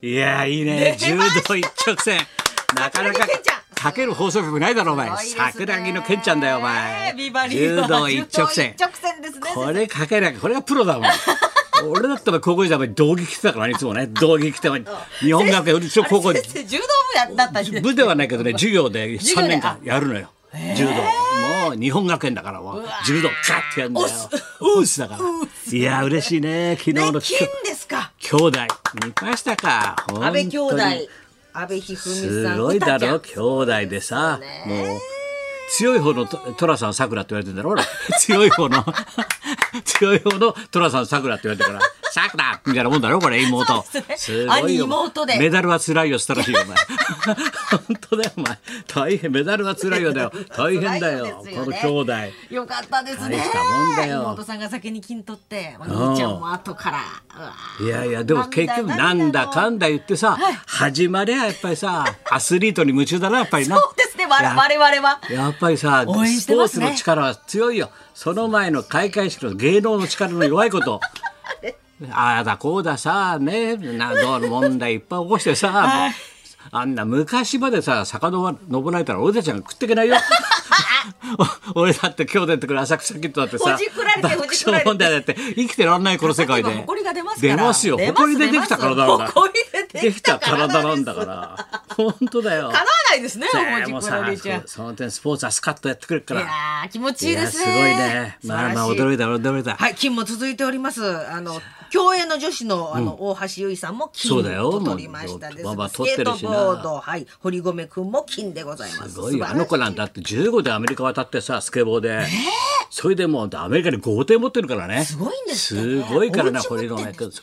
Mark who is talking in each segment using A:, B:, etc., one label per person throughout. A: いやーいいね柔道一直線なかなか
B: 桜木健ちゃん
A: かける放送局ないだろお前、
B: すごいですね
A: 桜木のけんちゃんだよお前
B: ビバリー
A: 柔
B: は
A: 道一直線
B: 柔道一直線ですね。
A: これかけなきゃこれがプロだもん俺だったら高校時代道着着てたからねいつもね道着着て日本学園うちの高校
B: あれ先生柔道部やだったんで
A: 部ではないけどね授業で
B: 授業
A: 3
B: で
A: 年間やるのよ柔道もう日本学園だからもう柔道ガッてやるんだよウースだからいや嬉しいね昨日の
B: ね金ですか。
A: 兄弟見ましたか本当に
B: 安倍兄弟、安倍一二三
A: すごいだろ
B: 歌ち
A: 兄弟でさもう強い方のと寅さんさくらって言われてんだろ 俺強い方の強い方の寅さんさくらって言われてるから「さくら!」みたいなもんだろこれ妹
B: そうですね
A: ごいよ
B: 兄妹で
A: メダルはつらいよしたらしいよお前 本当だよお前大変メダルはつらいよだよ大変だよ
B: 辛い
A: こ
B: よ
A: の
B: です
A: 兄弟
B: ゃん。よかったですね
A: 大したもんだ。よ
B: 妹さんが先に金取って、お兄ちゃんも後から。うわ
A: いやいやでも結局なんだかんだ言ってさ始まりはやっぱりさアスリートに夢中だなやっぱりな
B: そうですね。わ
A: いや
B: 我々は。
A: やっぱりさ、
B: 応援し
A: ス
B: て
A: ポ
B: ま
A: ー
B: す
A: ツ
B: ね
A: の力は強いよ。その前の開会式の芸能の力の弱い こと。ああだこうださねなどうの問題いっぱい起こしてさ、あんな昔までさ遡られたら俺たちが食っていけ ないよお俺だって今日出てくる浅草キッドだってさ
B: ほじくられてほ
A: 爆
B: じくられ
A: 笑
B: て
A: 問題だって生きてらんないこの世界で
B: 例えば埃が出ますから
A: 出ますよ
B: 出ます
A: 埃でできた体なんだ
B: 出ます埃でで
A: で
B: き
A: き
B: た
A: た
B: 体
A: 体
B: な
A: なんん
B: だ
A: だ
B: か
A: から本当だよ
B: 叶わないですね。お
A: ねえ
B: じ
A: もう
B: く
A: さ
B: られちゃう。
A: その点スポーツはスカッとやってくれるか
B: い
A: ら
B: やー気持ちいいですね。
A: いやすごいね。まあまあ
B: 素晴らしい
A: 驚いた驚いた。
B: はい、金も続いております。あの、競泳の女子の、あの、大橋悠依さんも金
A: そうだよ
B: を取りましたです。
A: もうバンバン
B: ス
A: 取って
B: ケート
A: るしな
B: ボード、はい、堀米くんも金でございます。
A: すごいよ。
B: 素晴らし
A: あの子なんだって15でアメリカ渡ってさ、スケボーで。それでもうアメリカに豪邸持ってるからね。す
B: ごいんですって
A: す
B: ね
A: ごいからな、
B: お家持
A: こ
B: って
A: れの
B: ん
A: ね
B: で。
A: 江東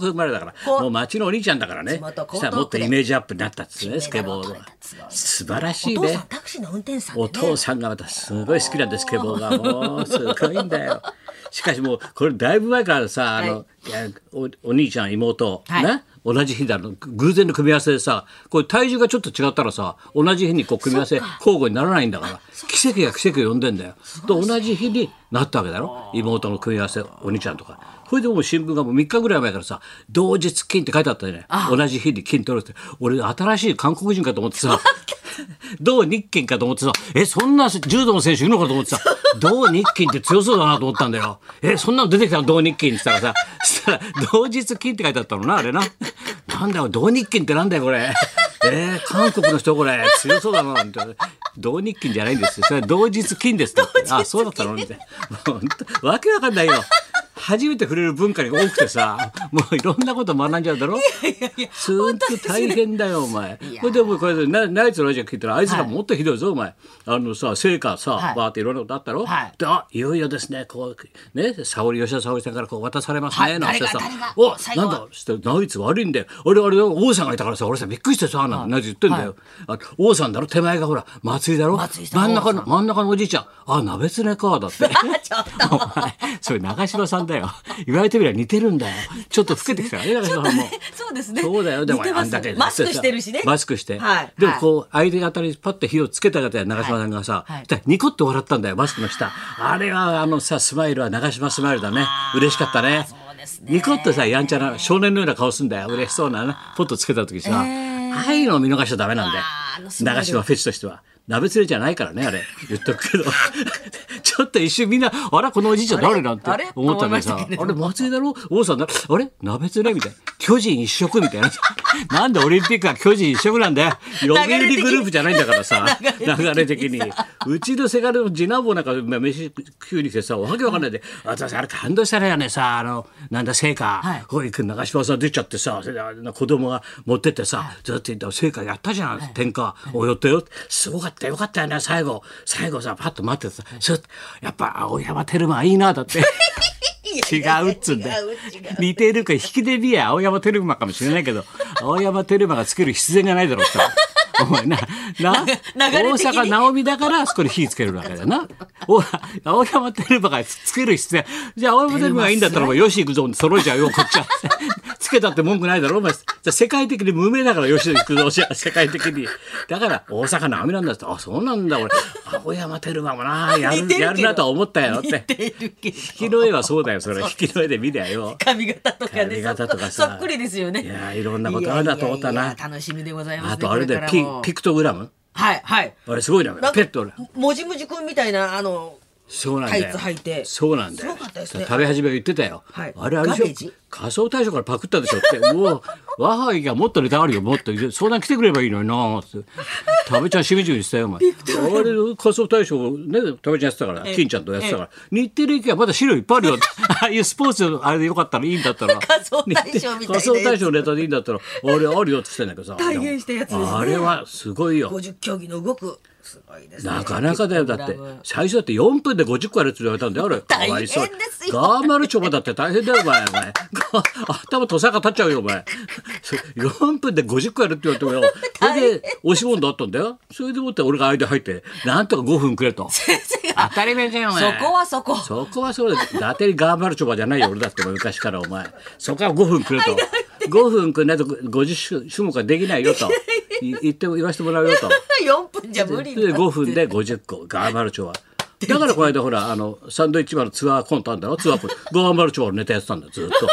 A: 区生まれだから。
B: こう
A: もう町のお兄ちゃんだからね。
B: 地元江東区
A: さあもっとイメージアップになったっつうね、スケボー
B: 金メダルを取れ
A: は
B: たすごい。
A: 素晴らしい
B: お父さ
A: ね
B: ん、。タクシーの運転手さんで、ね。
A: お父さんがまたすごい好きなんです、スケボーが。もうすごいんだ よ。しかしもう、これだいぶ前からさ、あの、いやおお兄ちゃん、妹、
B: はい
A: ね。同じ日だの偶然の組み合わせでさこれ体重がちょっと違ったらさ同じ日にこう組み合わせ交互にならないんだから奇跡が奇跡を呼んでんだよ。と同じ日になったわけだろ妹の組み合わせお兄ちゃんとか。それでもう新聞がもう3日ぐらい前からさ同日金って書いてあったよね同じ日に金取るって俺新しい韓国人かと思って さ同日金かと思ってさえそんな柔道の選手いるのかと思ってさ同日金って強そうだなと思ったんだよえそんなの出てきたの同日金って言ったらさそしたら同日金って書いてあったのなあれななんだよ同日金ってなんだよこれえー、韓国の人これ強そうだななんて同日金じゃないんですよそれは同日金ですとあそうだったのみたいなもう本当わけわかんないよ初めて触れる文化が多くてさもういろんなこと学んじゃうだろすーっと大変だよお前
B: や
A: これでもこれでなナイツのラジオ聞いたらあいつらもっとひどいぞお前あのさ成果さ
B: はい
A: バーっていろんなことあったろ
B: はい
A: であいよいよですねこうね沙織吉田沙織さんからこう渡されます
B: はい
A: ねなんて
B: 誰が
A: さ
B: 誰が
A: お
B: 最後
A: な
B: は
A: んだしてナイツ悪いんだよ俺あれ王さんがいたからさ俺さびっくりしてさなんてナイツ言ってんだよあ王さんだろ手前がほら松井だろ
B: 松井さ
A: 真
B: ん
A: ん中の真ん中のおじいちゃんあ鍋つねかだ って。
B: あちょっ
A: お前それ長嶋さんだよ言われてみれば似てるんだよちょっと老けてきたからね 長嶋さんも
B: と。そうですね。
A: そうだよ、でも
B: 似て
A: あ
B: ま
A: ん
B: す
A: だけ
B: マスクしてるしね。
A: マスクして。
B: はい。
A: でもこう、相手方にパッと火をつけた方や長嶋さんがさ、
B: はいはい
A: だからニコッと笑ったんだよ、マスクの下。あれはあのさ、スマイルは長嶋スマイルだね。嬉しかったね。
B: そうですね
A: ニコッとさ、やんちゃな少年のような顔すんだよ。嬉しそうなね、ポッとつけた時さ、ああいうのを見逃しちゃダメなんだよ
B: わああの。スマイル
A: 長嶋フェチとしては。鍋つれじゃないからね、あれ。言っと くけど。ちょっと一瞬みんな、あら、このおじいちゃん誰なんて
B: あれ
A: 思ったのに
B: 思いました
A: さ
B: けれ、ど
A: あれ松井だろ王さんだろあれ鍋つれみたいな巨人一色みたい ななんでオリンピックは巨人一色なんだよ読
B: 流れ的
A: 売
B: に
A: グループじゃないんだからさ
B: 流れ的に
A: 流れ的にうちのせがれの次男坊なんかまあ飯食うに来てさわけわかんないで私あれ感動したらやねさあのなんだ聖火、
B: はい
A: こういう長嶋さん出ちゃってさそれであの子供が持ってってさ、ずっと言ったら聖火やったじゃん、天下およったよすごかったよかったよね最後最後さパッと待っててさ、スッとやっぱ青山テルマいいなだって。違うっつうんだよ
B: 違う違う
A: 似てるか引きで見や青山テルマかもしれないけど青山テルマがつける必然がないだろうってお前なな
B: 流れ的
A: 大阪
B: に
A: 直美だからあそこに火つけるわけだよなお青山テルマがつける必要じゃあ青山テルマがいいんだったらもうよし行くぞ揃えちゃうよこっちは つけたって文句ないだろお前じゃあ世界的に無名だからよし行くぞじゃあ世界的にだから大阪直美なんだってあそうなんだ俺青山テルマもなや
B: 似てる
A: る
B: けど
A: やるなとは思ったよっ
B: 似
A: て
B: てるけど
A: 引きの絵はそうだよそれ引きの絵で見りゃよ
B: 髪型とかね
A: 髪型とか
B: そ
A: さ
B: っそっくりですよね
A: いやいろんなことあるなと思ったない
B: やいやいや楽しみでございますね
A: あとあれだよ
B: こ
A: ピ
B: からも
A: ピクトグラム
B: はいはい
A: あれすごいな
B: なん
A: ペッ
B: か
A: ト俺
B: もじむじくんみたいなあの
A: そうなん
B: タ
A: だ
B: イ
A: よ
B: ツ履いて
A: そうなんだよ
B: すごかったですね
A: 食べ始め言ってたよ、
B: はい
A: あれあれ
B: ガベ
A: で
B: ー
A: しょ
B: ジ
A: 仮想大賞からパクったでしょ ってもうわはぎがもっとネタあるよもっと相談来てくればいいのになって食べちゃんしみじみしてたよお前あれ仮想大賞ね食べちゃんやってたから金ちゃんとやってたから日テレ行けばまだ資料いっぱいあるよってああいうスポーツのあれでよかったらいいんだったら
B: 仮想大賞みたいなやつ
A: 仮想大賞のネタでいいんだったらあれあるよって言ってたんだけどさ
B: 体現したやつですね
A: あれはすごいよ
B: 50競技の動くすごいですね
A: なかなかだよだって
B: ピクトグラム
A: 最初だって4分で50個やるって言われたんだよあれか
B: 大変
A: わいそう
B: ですよ
A: ガーマルチョバだって大変だよお前お前頭とさが立っちゃうよお前4分で50個やるって言われても よそれで押し問答あったんだよそれでもって俺が間入ってなんとか5分くれと
B: 先生が
A: 当たり前じゃんお
B: そこはそこ
A: そこはそうだ。伊達にガーマルチョバじゃないよ、俺だって昔からお前。そこは5分くれと。5分くれないと50種種目はできないよと。い言っても言わせてもらうよと。
B: 4分じゃ無
A: で
B: 理だ
A: 5分で50個ガーマルチョはだからこの間ほらあのサンドイッチマンのツアーコントあんだろツアーコントガーマルチョはネタやってたんだよずっと。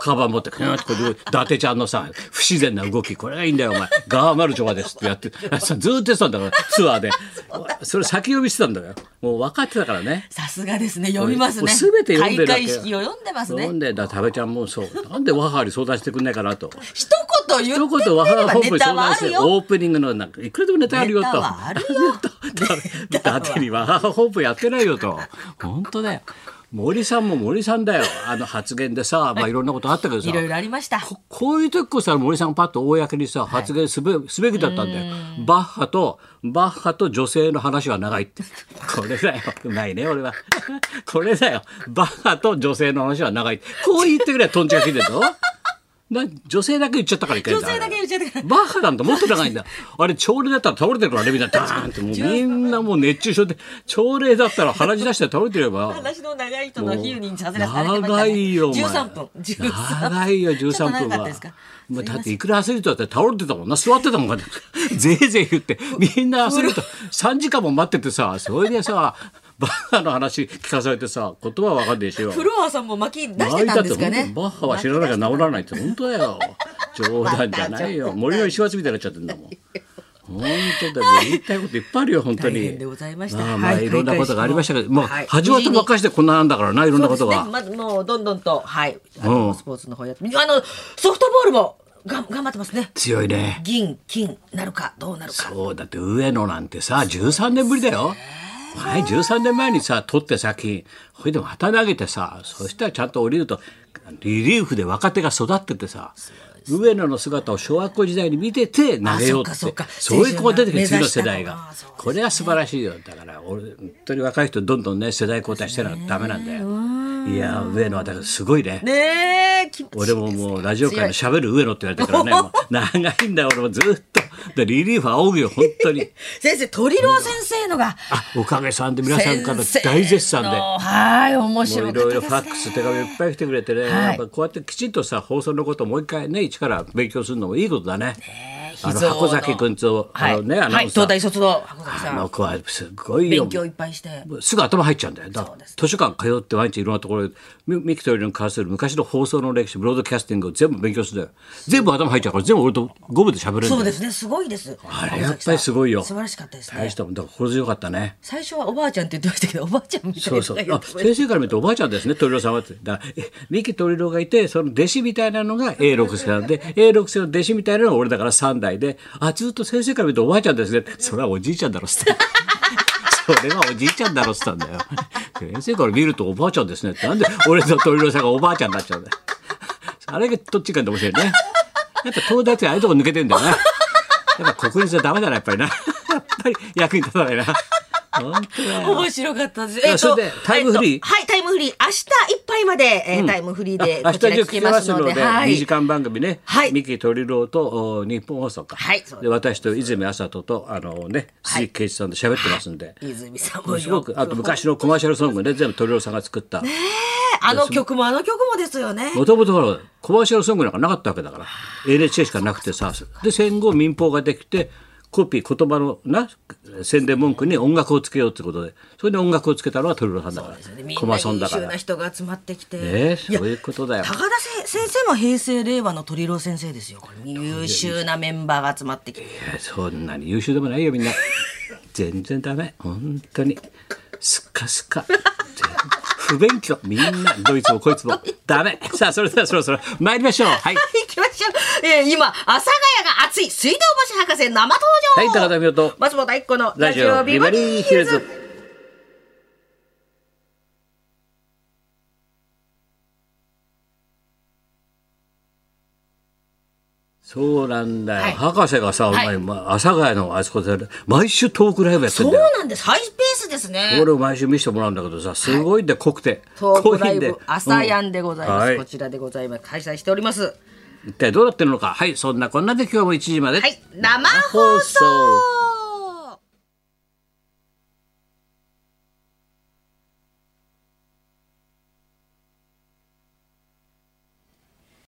A: カバン持ってくーってこう伊達ちゃんのさ不自然な動きこれがいいんだよお前ガーマルチョバですってやってずっとやってたんだからツアーでそれ先読みしてたんだよもう分かってたからね
B: さすがですね読みますね
A: すべて読んでるわけ
B: 開会式を読んでます
A: 読
B: ね
A: んでだ食べちゃんも そうなんでワハーに相談してくんないかなと
B: 一言言
A: 一
B: って
A: 言ワハ
B: くれ
A: ー
B: ば
A: 本部
B: ネ
A: に
B: タ
A: 相
B: はあ
A: 談し
B: る
A: て
B: よ
A: オープニングのなんかいくらでもネタあるよと
B: ネタはあるよ
A: だだってにワハー本部やってないよ と本当だよ森さんも森さんだよあの発言でさまあいろんなことあったけどさ
B: いろいろありました
A: ここういう時こそ森さんがパッと公にさ発言すべ,、すべきだったんだよバッハとバッハと女性の話は長い ってこれだようまいね俺は これだよバッハと女性の話は長いこう言ってくればトンチが切れる ぞな女性だけ言っちゃったからいけないん
B: 女性だけ言っちゃったから
A: バッハなんてもっと長いんだ。あれ、朝礼だったら倒れてるからね、みんな。ダーンって、 もうみんなもう熱中症で、朝礼だったら鼻血出して倒れてれば。
B: 話の長い人
A: も
B: の
A: う
B: 比喩にさせらされてましたね
A: 長いよ、お前
B: 13分13分
A: 長いよ、13
B: ちょ
A: 分
B: っと長かった
A: は
B: ですか。
A: まあ、だっていくらアスリートだって倒れてたもんな座ってたもんがぜいぜい言ってみんなアスリート3時間も待っててさそれでさ バッハの話聞かされてさ言葉は分かんねえしよ。
B: フロアさんも巻き出してたんで
A: 泣いた
B: すか
A: って本
B: ね
A: 当バッハは知らなきゃ治らないって本当だよ。冗談じゃないよ。森の石橋みたいになっちゃってんだもん。本当だよ。もう言いたいこといっぱいあるよ本当に。
B: 大変でございました
A: ああまあ
B: はい
A: いろんなことがありましたけど、
B: 開会
A: もう
B: 式もはい
A: 始まったばっかりしてこんななんだからな、いろんなことが。
B: そうですねまずもうどんどんとはいあ
A: う
B: の
A: ん
B: スポーツの方やってあのソフトボールもが頑張ってますね
A: 強いね。
B: 銀金なるかどうなるか
A: そうだって上野なんてさ13年ぶりだよ。前13年前にさ取って先それでまた投げてさそしたらちゃんと降りるとリリーフで若手が育っててさ上野の姿を小学校時代に見てて投げようって
B: あそうかそうか
A: そういう子が出てくる次の世代
B: 青春が
A: が
B: 目指したのか
A: これは素晴らしいよだから俺本当に若い人どんどんね世代交代してなダメなんだよ。いや上野はだからすごいね。
B: ねえ気持ちいい
A: 俺ももうラジオ界の喋る上野って言われてからね もう長いんだよ俺もずっとでリリーフ仰ぐよ本当に。
B: 先生鳥郎先生のが
A: あおかげさんで皆さんから大絶賛で。も
B: はい面白
A: う
B: か
A: い
B: った
A: ろい
B: で
A: ろ
B: す
A: フ
B: ね
A: ァックス手紙いっぱい来てくれてね、
B: い
A: やっぱこうやってきちんとさ放送のことをもう一回ね一から勉強するのもいいことだね。あの
B: 秘蔵の
A: 箱崎君と、
B: は
A: あの
B: い、
A: ねアナ
B: は
A: ウ
B: い
A: ンサー、
B: 東大卒の箱崎
A: あ
B: さ
A: の
B: ん
A: 子はすごいよ
B: 勉強いっぱいして
A: すぐ頭入っちゃうんだよだから
B: そうです
A: 図書館通って毎日いろんなところでミミキトリーに関する昔の放送の歴史ブロードキャスティングを全部勉強するんだよ全部頭入っちゃうから全部俺と五分で喋れるんだよ
B: そうですねすごいです
A: あれ
B: 箱崎さん
A: やっぱりすごいよ
B: 素晴らしかったですね
A: 大したもんだから心強かったね
B: 最初はおばあちゃんって言ってましたけどおばあちゃんみたい
A: そ
B: な
A: う
B: 人
A: そう
B: が言
A: あ
B: ってました
A: 先生から見るとおばあちゃんですね鳥郎さんはってだからえ三木鳥郎がいてその弟子みたいなのが A 六世なんで A 六世の弟子みたいなのが俺だから3代であずっと先生から見るとおばあちゃんですねそれはおじいちゃんだろっつって それはおじいちゃんだろっつったんだよ先生から見るとおばあちゃんですねってなんで俺と鳥郎さんがおばあちゃんになっちゃうんだよあれがどっちかって面白いねやっぱ東大ってああいうとこ抜けてんだよなやっぱ国立はダメだなやっぱりなや っぱり役に立たないな本当だよ
B: 面白かったです。
A: やそれでタイムフリー
B: えっとはい、タイムムフリー、明日いっぱいまで、えータイムフリーで
A: あ明
B: こ
A: 日
B: ちら
A: 中
B: 聞
A: 聞
B: け
A: き
B: ま
A: ますす
B: の
A: の
B: で、
A: で、
B: はい
A: 2時間番組ね、
B: はい
A: 三木鳥郎とお日本放送か、
B: はいそうです
A: で私と泉麻人とあの、ね、
B: はい
A: 鈴木圭一さんで喋ってますんで、
B: 泉さんも
A: すごくあと昔のコマーシャルソングね全部鳥郎さんが作った
B: あの曲もあの曲もですよね。
A: もともとほらコマーシャルソングなんかなかったわけだから NHK しかなくてさで戦後民放ができてコピー言葉のな宣伝文句に音楽をつけようってことでそれで音楽をつけたのは鳥郎さんだから、
B: みん
A: コ
B: な
A: マソン
B: 優
A: だか
B: 秀
A: ら
B: な。人が集まってきて。
A: ええ
B: いや
A: そういうことだよ
B: 高田せ先生も平成令和の鳥郎先生ですよ。これ優秀なメンバーが集まってきて。
A: いやそんなに優秀でもないよみんな 全然ダメ本当にすっかすか全然不勉強みんなどいつもこいつもダメさあそれではそろそろ参りましょうはい
B: 行きましょう。えー、今、阿佐ヶ谷が熱い水道橋博士生登
A: は
B: 場。
A: い高田美代と
B: 松本一子の
A: ラ
B: ラ
A: ジ
B: ジオ
A: オ
B: ビ
A: ビ
B: バ
A: バ
B: リ
A: リ
B: ー
A: ー
B: ヒ
A: ヒ
B: ル
A: ル
B: ズ
A: ズ。そうなんだよ、
B: はい
A: 博士がさ、お
B: は
A: 前、ま阿佐ヶ谷のあそこで毎週トークライブやって
B: そ
A: ん
B: う
A: だよ
B: なんです。ハイペースですね。
A: 俺を毎週見せてもらうんだけどさすごいんだよ濃くて
B: トークラ
A: 濃い
B: イ
A: んで
B: ブ朝やんでございます、
A: うんは
B: こちらでございます。開催しております。
A: 一体どうなってるのかはいそんなこんなで今日も1時まで、
B: はい、生放送。